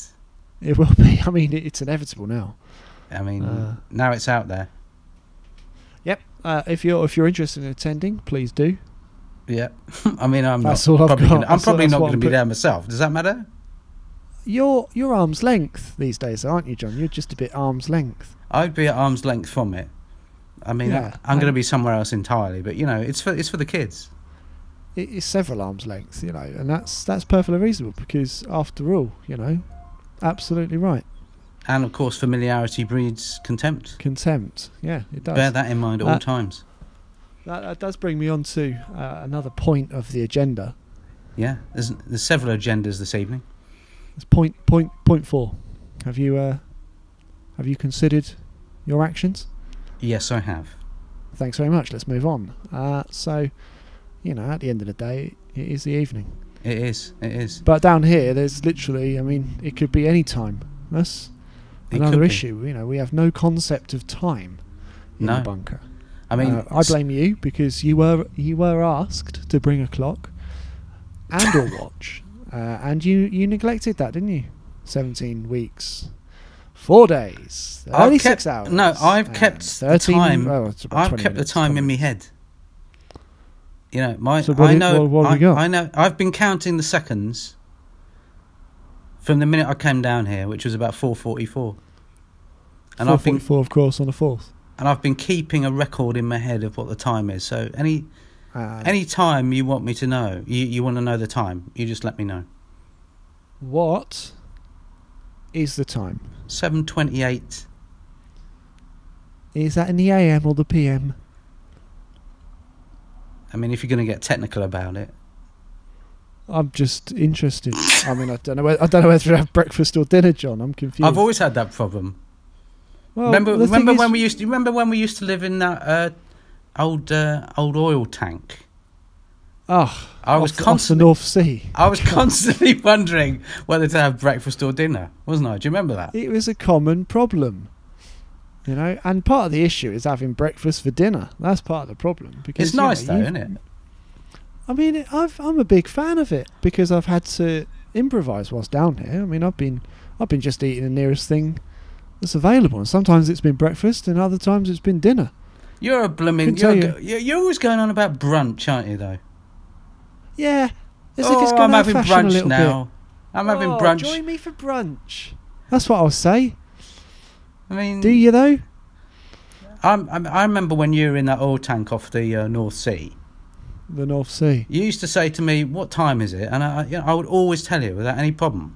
[SPEAKER 2] It will be. I mean, it- it's inevitable now.
[SPEAKER 3] I mean,
[SPEAKER 2] Uh.
[SPEAKER 3] now it's out there.
[SPEAKER 2] Yep. Uh, if you're if you're interested in attending, please do.
[SPEAKER 3] Yeah. I mean, I'm
[SPEAKER 2] That's
[SPEAKER 3] not.
[SPEAKER 2] all I've
[SPEAKER 3] probably
[SPEAKER 2] got.
[SPEAKER 3] Gonna, I'm
[SPEAKER 2] That's all-
[SPEAKER 3] probably
[SPEAKER 2] that's
[SPEAKER 3] not
[SPEAKER 2] what
[SPEAKER 3] going to
[SPEAKER 2] I'm
[SPEAKER 3] be
[SPEAKER 2] put-
[SPEAKER 3] there myself. Does that matter?
[SPEAKER 2] You're you're arm's length these days, aren't you, John? You're just a bit arm's length.
[SPEAKER 3] I'd be at arm's length from it. I mean,
[SPEAKER 2] Yeah.
[SPEAKER 3] I, am going to be somewhere else entirely. But you know, it's for it's for the kids.
[SPEAKER 2] It is several arm's lengths, you know, and that's that's perfectly reasonable because after all, you know, absolutely right.
[SPEAKER 3] And of course, familiarity breeds contempt.
[SPEAKER 2] Contempt. Yeah, it does.
[SPEAKER 3] Bear that in mind at
[SPEAKER 2] Uh,
[SPEAKER 3] all times.
[SPEAKER 2] That, that does bring me on to uh, another point of the agenda.
[SPEAKER 3] Yeah, there's there's several agendas this evening.
[SPEAKER 2] It's point point point four. Have you uh, have you considered your actions?
[SPEAKER 3] Yes, I have.
[SPEAKER 2] Thanks very much. Let's move on. Uh, so, you know, at the end of the day, it is the evening.
[SPEAKER 3] It is. It is.
[SPEAKER 2] But down here, there's literally. I mean, it could be any time. That's
[SPEAKER 3] It could
[SPEAKER 2] another
[SPEAKER 3] be.
[SPEAKER 2] issue. You know, we have no concept of time in
[SPEAKER 3] No.
[SPEAKER 2] the bunker.
[SPEAKER 3] I mean,
[SPEAKER 2] Uh, I blame you because you were you were asked to bring a clock and or watch, uh, and you you neglected that, didn't you? Seventeen weeks, four days,
[SPEAKER 3] I've
[SPEAKER 2] thirty six
[SPEAKER 3] kept-
[SPEAKER 2] hours.
[SPEAKER 3] no, I've
[SPEAKER 2] and
[SPEAKER 3] kept the
[SPEAKER 2] 13
[SPEAKER 3] time-
[SPEAKER 2] well, it's about
[SPEAKER 3] I've
[SPEAKER 2] 20
[SPEAKER 3] kept
[SPEAKER 2] minutes,
[SPEAKER 3] the time in
[SPEAKER 2] probably.
[SPEAKER 3] my head. You know, my
[SPEAKER 2] So what
[SPEAKER 3] I
[SPEAKER 2] i-
[SPEAKER 3] know
[SPEAKER 2] what- what have
[SPEAKER 3] I,
[SPEAKER 2] we got?
[SPEAKER 3] I know I've been counting the seconds from the minute I came down here, which was about 4:44. And I've been
[SPEAKER 2] 4:44, of course on the fourth.
[SPEAKER 3] and I've been keeping a record in my head of what the time is. So any
[SPEAKER 2] Uh,
[SPEAKER 3] any time you want me to know, you you want to know the time, you just let me know.
[SPEAKER 2] what is the time?
[SPEAKER 3] 7:28
[SPEAKER 2] Is that in the AM or the PM?
[SPEAKER 3] I mean, if you're going to get technical about it,
[SPEAKER 2] I'm just interested. I mean, I don't know. Whether, I don't know whether to have breakfast or dinner, John. I'm confused.
[SPEAKER 3] I've always had that problem.
[SPEAKER 2] Well,
[SPEAKER 3] remember,
[SPEAKER 2] the thing
[SPEAKER 3] remember
[SPEAKER 2] is-
[SPEAKER 3] when we used to remember when we used to live in that uh, old uh, old oil tank.
[SPEAKER 2] Ah,
[SPEAKER 3] I was
[SPEAKER 2] off the- off the
[SPEAKER 3] constantly,
[SPEAKER 2] North Sea.
[SPEAKER 3] I was constantly wondering whether to have breakfast or dinner, wasn't I? Do you remember that?
[SPEAKER 2] It was a common problem, you know. And part of the issue is having breakfast for dinner. That's part of the problem. Because
[SPEAKER 3] It's
[SPEAKER 2] you know,
[SPEAKER 3] nice though,
[SPEAKER 2] you-
[SPEAKER 3] isn't it?
[SPEAKER 2] I mean, it- I've, I'm a big fan of it because I've had to improvise whilst down here. I mean, I've been I've been just eating the nearest thing that's available, and sometimes it's been breakfast, and other times it's been dinner.
[SPEAKER 3] You're a blooming.
[SPEAKER 2] Couldn't
[SPEAKER 3] You're,
[SPEAKER 2] tell
[SPEAKER 3] go- you're you're always going on about brunch, aren't you? Though.
[SPEAKER 2] Yeah, as
[SPEAKER 3] oh,
[SPEAKER 2] if it's
[SPEAKER 3] I'm
[SPEAKER 2] gone out of
[SPEAKER 3] having
[SPEAKER 2] fashion a
[SPEAKER 3] brunch
[SPEAKER 2] little
[SPEAKER 3] now.
[SPEAKER 2] bit.
[SPEAKER 3] I'm having
[SPEAKER 2] Oh,
[SPEAKER 3] brunch.
[SPEAKER 2] Join me for brunch. That's what I'll say.
[SPEAKER 3] I mean,
[SPEAKER 2] Do you though?
[SPEAKER 3] I'm, I'm, I remember when you were in that oil tank off the uh, North Sea.
[SPEAKER 2] The North Sea.
[SPEAKER 3] You used to say to me, "What time is it?" And I, I- you know, I would always tell you without any problem.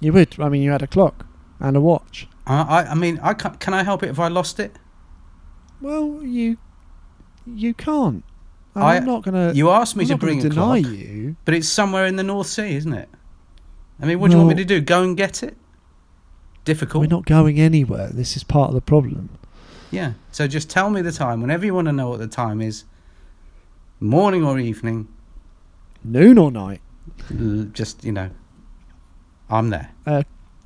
[SPEAKER 2] You would. I mean, you had a clock and a watch.
[SPEAKER 3] I, I, I mean, I can can I help it if I lost it?
[SPEAKER 2] Well, you you can't.
[SPEAKER 3] I-
[SPEAKER 2] I'm not gonna.
[SPEAKER 3] You asked me
[SPEAKER 2] I'm
[SPEAKER 3] to
[SPEAKER 2] not gonna
[SPEAKER 3] bring a
[SPEAKER 2] deny
[SPEAKER 3] clock,
[SPEAKER 2] you.
[SPEAKER 3] but it's somewhere in the North Sea, isn't it? I mean, what do you want me
[SPEAKER 2] Well-
[SPEAKER 3] to do? Go and get it? Difficult.
[SPEAKER 2] We're not going anywhere. This is part of the problem.
[SPEAKER 3] Yeah. So just tell me the time. Whenever you want to know what the time is, morning or evening,
[SPEAKER 2] Noon or night.
[SPEAKER 3] l- just, you know, I'm there.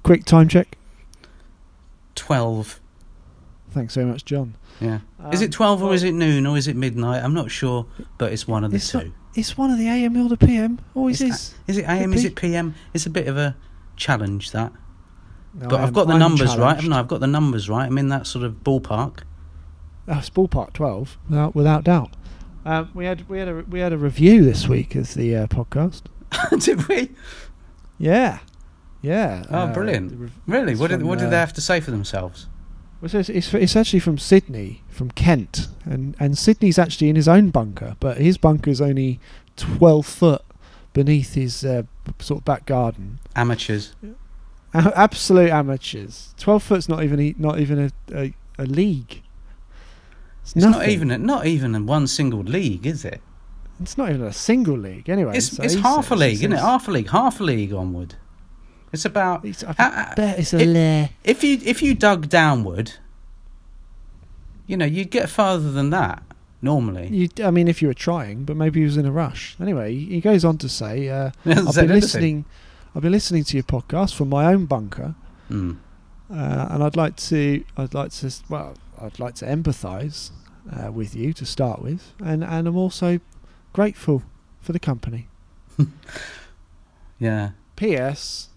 [SPEAKER 2] Quick time check.
[SPEAKER 3] 12.
[SPEAKER 2] Thanks very much, John.
[SPEAKER 3] Yeah. is
[SPEAKER 2] Um,
[SPEAKER 3] it 12
[SPEAKER 2] well-
[SPEAKER 3] or is it noon or is it midnight? I'm not sure, but it's one of the
[SPEAKER 2] It's
[SPEAKER 3] two.
[SPEAKER 2] not- It's one of the AM or the PM. Always
[SPEAKER 3] It's
[SPEAKER 2] is.
[SPEAKER 3] Is it AM? Is
[SPEAKER 2] P-
[SPEAKER 3] it PM? It's a bit of a challenge, that.
[SPEAKER 2] No,
[SPEAKER 3] but
[SPEAKER 2] I am-
[SPEAKER 3] I've got the
[SPEAKER 2] I'm
[SPEAKER 3] numbers right, haven't
[SPEAKER 2] challenged.
[SPEAKER 3] I? I've got the numbers right. I'm in that sort of ballpark.
[SPEAKER 2] Uh, it's ballpark twelve, without, without doubt. Um, we had we had a we had a review this week of the uh, podcast.
[SPEAKER 3] Did we?
[SPEAKER 2] Yeah, yeah. uh,
[SPEAKER 3] Oh, brilliant.
[SPEAKER 2] the rev-
[SPEAKER 3] Really?
[SPEAKER 2] It's
[SPEAKER 3] What did,
[SPEAKER 2] from,
[SPEAKER 3] what
[SPEAKER 2] uh,
[SPEAKER 3] did they have to say for themselves?
[SPEAKER 2] Well, so It's, it's, it's actually from Sydney, from Kent, and, and Sydney's actually in his own bunker, but his bunker's only 12 foot beneath his uh, sort of back garden.
[SPEAKER 3] Amateurs.
[SPEAKER 2] A- Absolute amateurs. 12 foot's not even e- not even a, a, a league. It's,
[SPEAKER 3] It's
[SPEAKER 2] nothing.
[SPEAKER 3] not even a, not even in one single league, is it?
[SPEAKER 2] It's not even a single league, anyway.
[SPEAKER 3] It's,
[SPEAKER 2] so
[SPEAKER 3] it's
[SPEAKER 2] he
[SPEAKER 3] half a
[SPEAKER 2] says-
[SPEAKER 3] league,
[SPEAKER 2] he
[SPEAKER 3] isn't it?
[SPEAKER 2] says-
[SPEAKER 3] Half a league, half a league onward. It's about
[SPEAKER 2] It's, I
[SPEAKER 3] how- how-
[SPEAKER 2] bet it's a
[SPEAKER 3] Uh, it-
[SPEAKER 2] lair.
[SPEAKER 3] if you if you dug downward, you know you'd get farther than that normally.
[SPEAKER 2] You, I mean, if you were trying, but maybe he was in a rush. Anyway, he he goes on to say, uh,
[SPEAKER 3] It
[SPEAKER 2] "I've
[SPEAKER 3] said anything.
[SPEAKER 2] been listening. I've been listening to your podcast from my own bunker,
[SPEAKER 3] Mm.
[SPEAKER 2] uh, and I'd like to. I'd like to. s- Well, I'd like to empathise uh, with you to start with, and and I'm also grateful for the company.
[SPEAKER 3] Yeah,
[SPEAKER 2] P.S.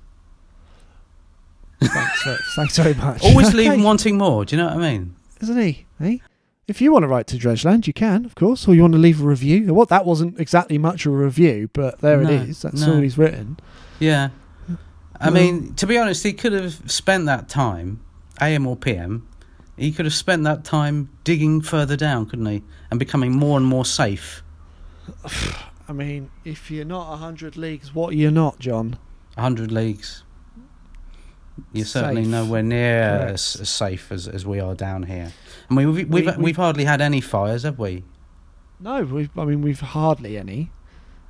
[SPEAKER 2] thanks, ver- thanks very much.
[SPEAKER 3] always
[SPEAKER 2] Okay,
[SPEAKER 3] leaving wanting more. Do you know what I mean?
[SPEAKER 2] isn't he? Eh? If you want to write to Dredgeland, you can, of course, or you want to leave a review. What that wasn't exactly much of a review, but there
[SPEAKER 3] No,
[SPEAKER 2] it is. That's
[SPEAKER 3] no.
[SPEAKER 2] all he's written.
[SPEAKER 3] Yeah, I
[SPEAKER 2] Well-
[SPEAKER 3] mean to be honest, he could have spent that time, AM or PM. He could have spent that time digging further down, couldn't he, and becoming more and more safe.
[SPEAKER 2] I mean, if you're not a hundred leagues, what are you not, John?
[SPEAKER 3] 100 leagues. You're certainly
[SPEAKER 2] Safe.
[SPEAKER 3] nowhere near
[SPEAKER 2] Correct.
[SPEAKER 3] as, as safe as, as we are down here. I mean, we've,
[SPEAKER 2] We-
[SPEAKER 3] we've,
[SPEAKER 2] we-
[SPEAKER 3] we've hardly had any fires, have we?
[SPEAKER 2] No, we've, I mean we've hardly any.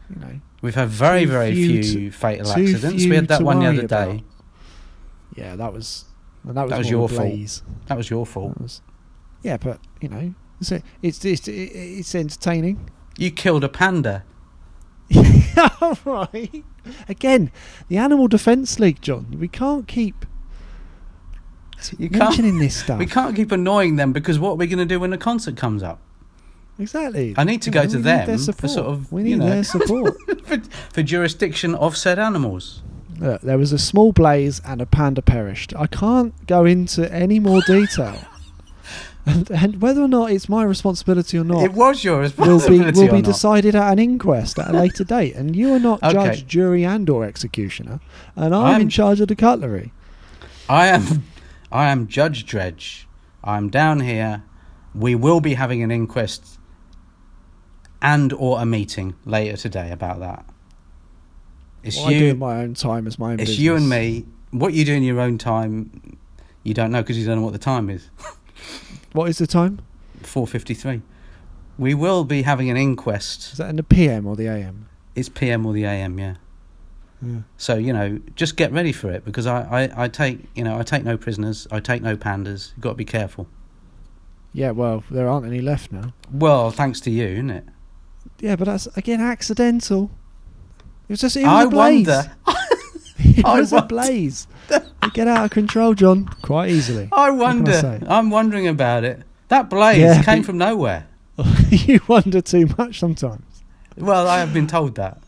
[SPEAKER 2] You know,
[SPEAKER 3] We've had very,
[SPEAKER 2] Too
[SPEAKER 3] very
[SPEAKER 2] few
[SPEAKER 3] few, fatal
[SPEAKER 2] too
[SPEAKER 3] accidents.
[SPEAKER 2] few
[SPEAKER 3] we had that
[SPEAKER 2] to
[SPEAKER 3] one the
[SPEAKER 2] worry
[SPEAKER 3] other day.
[SPEAKER 2] yeah, that was and that was,
[SPEAKER 3] That was
[SPEAKER 2] more
[SPEAKER 3] your
[SPEAKER 2] a
[SPEAKER 3] fault.
[SPEAKER 2] blaze.
[SPEAKER 3] That was your fault.
[SPEAKER 2] That was, yeah, but you know, it's it's it's, it's entertaining.
[SPEAKER 3] You killed a panda.
[SPEAKER 2] All right. Again, the Animal Defence League, John. We can't keep
[SPEAKER 3] You can't-
[SPEAKER 2] mentioning this stuff.
[SPEAKER 3] We can't keep annoying them because what are we going to do when the concert comes up?
[SPEAKER 2] Exactly.
[SPEAKER 3] I need to
[SPEAKER 2] You
[SPEAKER 3] go
[SPEAKER 2] know,
[SPEAKER 3] to
[SPEAKER 2] we need their
[SPEAKER 3] them for
[SPEAKER 2] support.
[SPEAKER 3] sort of,
[SPEAKER 2] We need
[SPEAKER 3] you know.
[SPEAKER 2] their support.
[SPEAKER 3] for, for jurisdiction of said animals.
[SPEAKER 2] Look, there was a small blaze and a panda perished. I can't go into any more detail. and, and whether or not it's my responsibility or
[SPEAKER 3] It
[SPEAKER 2] not
[SPEAKER 3] was your
[SPEAKER 2] will
[SPEAKER 3] responsibility.
[SPEAKER 2] be will
[SPEAKER 3] or
[SPEAKER 2] be
[SPEAKER 3] not.
[SPEAKER 2] decided at an inquest at a later date. And you are not
[SPEAKER 3] Okay.
[SPEAKER 2] judge, jury, and or executioner, and I'm, in
[SPEAKER 3] I'm-
[SPEAKER 2] charge of the cutlery.
[SPEAKER 3] I am, I am Judge Dredge. I'm down here. We will be having an inquest and or a meeting later today about that. It's
[SPEAKER 2] What I do in
[SPEAKER 3] you.
[SPEAKER 2] my own time is my own
[SPEAKER 3] It's
[SPEAKER 2] business.
[SPEAKER 3] you and me. What you do in your own time, you don't know because you don't know what the time is.
[SPEAKER 2] What is the time?
[SPEAKER 3] Four fifty-three. We will be having an inquest.
[SPEAKER 2] Is that in the PM or the AM?
[SPEAKER 3] It's PM or the AM, yeah.
[SPEAKER 2] Yeah.
[SPEAKER 3] So you know, just get ready for it because I, I, I take you know I take no prisoners. I take no pandas. You've got to be careful.
[SPEAKER 2] Yeah, well, there aren't any left now.
[SPEAKER 3] Well, thanks to you, isn't it?
[SPEAKER 2] Yeah, but that's again accidental. It was just it was
[SPEAKER 3] I
[SPEAKER 2] a blaze.
[SPEAKER 3] wonder.
[SPEAKER 2] It
[SPEAKER 3] I
[SPEAKER 2] was a
[SPEAKER 3] wonder.
[SPEAKER 2] blaze. They get out of control, John, quite easily.
[SPEAKER 3] I
[SPEAKER 2] can I
[SPEAKER 3] wonder.
[SPEAKER 2] say?
[SPEAKER 3] I'm wondering about it. That blaze
[SPEAKER 2] Yeah,
[SPEAKER 3] came
[SPEAKER 2] but-
[SPEAKER 3] from nowhere.
[SPEAKER 2] you wonder too much sometimes.
[SPEAKER 3] Well, I have been told that.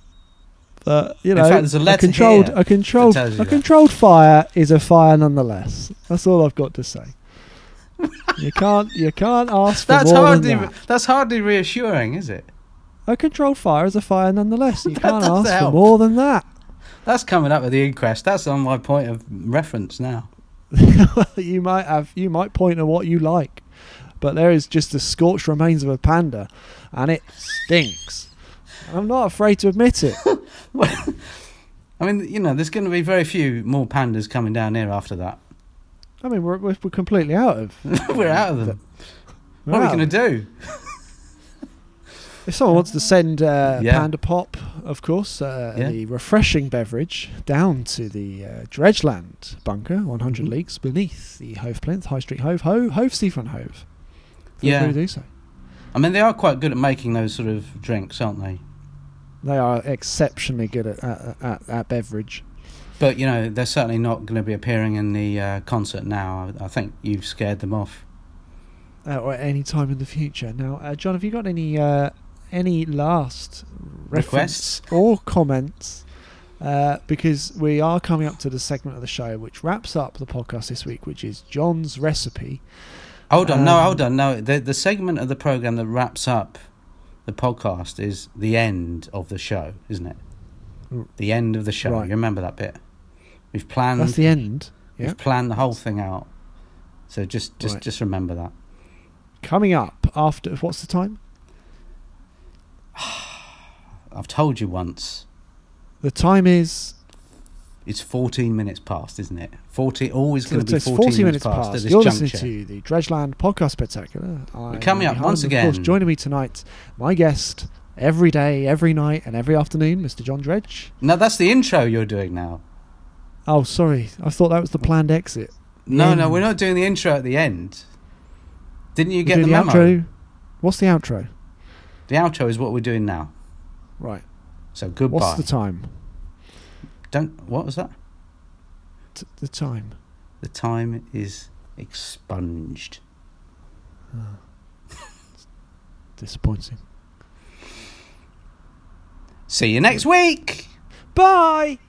[SPEAKER 2] But you
[SPEAKER 3] In
[SPEAKER 2] know,
[SPEAKER 3] fact, there's a letter
[SPEAKER 2] controlled,
[SPEAKER 3] here
[SPEAKER 2] a controlled,
[SPEAKER 3] tells you
[SPEAKER 2] a
[SPEAKER 3] that.
[SPEAKER 2] controlled fire is a fire nonetheless. That's all I've got to say. you can't, you can't ask for
[SPEAKER 3] That's
[SPEAKER 2] more
[SPEAKER 3] hardly
[SPEAKER 2] than that.
[SPEAKER 3] that's hardly reassuring, is it?
[SPEAKER 2] A controlled fire is a fire nonetheless. You
[SPEAKER 3] That
[SPEAKER 2] can't
[SPEAKER 3] doesn't
[SPEAKER 2] ask for
[SPEAKER 3] help.
[SPEAKER 2] more than that.
[SPEAKER 3] That's coming up at the inquest. That's on my point of reference now.
[SPEAKER 2] you might have you might point at what you like but there is just the scorched remains of a panda and it stinks And i'm not afraid to admit it
[SPEAKER 3] I mean, you know, there's going to be very few more pandas coming down here after that.
[SPEAKER 2] I mean, we're, we're, we're completely out of.
[SPEAKER 3] We're out of them.
[SPEAKER 2] we're
[SPEAKER 3] what are
[SPEAKER 2] out
[SPEAKER 3] we
[SPEAKER 2] of
[SPEAKER 3] going to do?
[SPEAKER 2] If someone wants to send uh,
[SPEAKER 3] Yeah.
[SPEAKER 2] Panda Pop, of course, uh,
[SPEAKER 3] Yeah.
[SPEAKER 2] the refreshing beverage down to the uh, Dredgeland bunker, 100
[SPEAKER 3] Mm-hmm.
[SPEAKER 2] leagues beneath the Hove Plinth, High Street Hove, Hove, Hove Seafront Hove. Feel
[SPEAKER 3] Yeah.
[SPEAKER 2] free to do so.
[SPEAKER 3] I mean, they are quite good at making those sort of drinks, aren't they?
[SPEAKER 2] They are exceptionally good at, at, at, at beverage.
[SPEAKER 3] But, you know, they're certainly not going to be appearing in the uh, concert now. I, I think you've scared them off.
[SPEAKER 2] uh, or at any time in the future. Now, uh, John, have you got any uh, any last
[SPEAKER 3] Requests?
[SPEAKER 2] requests or comments? Uh, because we are coming up to the segment of the show which wraps up the podcast this week, which is John's recipe.
[SPEAKER 3] Hold on, no,
[SPEAKER 2] Um,
[SPEAKER 3] hold on, no. The, the segment of the program that wraps up the podcast is the end of the show, isn't it?
[SPEAKER 2] Mm.
[SPEAKER 3] The end of the show.
[SPEAKER 2] Right.
[SPEAKER 3] You remember that bit? We've planned.
[SPEAKER 2] That's the end. yeah.
[SPEAKER 3] We've planned the whole thing out. So just, just,
[SPEAKER 2] Right.
[SPEAKER 3] just remember that.
[SPEAKER 2] Coming up after what's the time?
[SPEAKER 3] I've told you once.
[SPEAKER 2] The time is
[SPEAKER 3] It's fourteen minutes past, isn't it? Forty, always
[SPEAKER 2] so
[SPEAKER 3] going to be
[SPEAKER 2] it's
[SPEAKER 3] fourteen,
[SPEAKER 2] 40 minutes
[SPEAKER 3] past, at
[SPEAKER 2] past.
[SPEAKER 3] this
[SPEAKER 2] You're
[SPEAKER 3] juncture.
[SPEAKER 2] listening to the Dredgeland Podcast Spectacular. I'm
[SPEAKER 3] coming
[SPEAKER 2] Andy
[SPEAKER 3] up once
[SPEAKER 2] Harland, Of course,
[SPEAKER 3] again.
[SPEAKER 2] joining me tonight, my guest every day, every night, and every afternoon, Mr. John Dredge.
[SPEAKER 3] No, that's the intro you're doing now.
[SPEAKER 2] Oh, sorry. I thought that was the planned exit.
[SPEAKER 3] No, no,
[SPEAKER 2] End.
[SPEAKER 3] we're not doing the intro at the end. Didn't you
[SPEAKER 2] We
[SPEAKER 3] get
[SPEAKER 2] do
[SPEAKER 3] the, memo?
[SPEAKER 2] outro. What's the outro?
[SPEAKER 3] The outro is what we're doing now.
[SPEAKER 2] Right.
[SPEAKER 3] So goodbye.
[SPEAKER 2] What's the time?
[SPEAKER 3] Don't. What was that?
[SPEAKER 2] T- the time.
[SPEAKER 3] The time is expunged.
[SPEAKER 2] Disappointing.
[SPEAKER 3] See you next week.
[SPEAKER 2] Bye.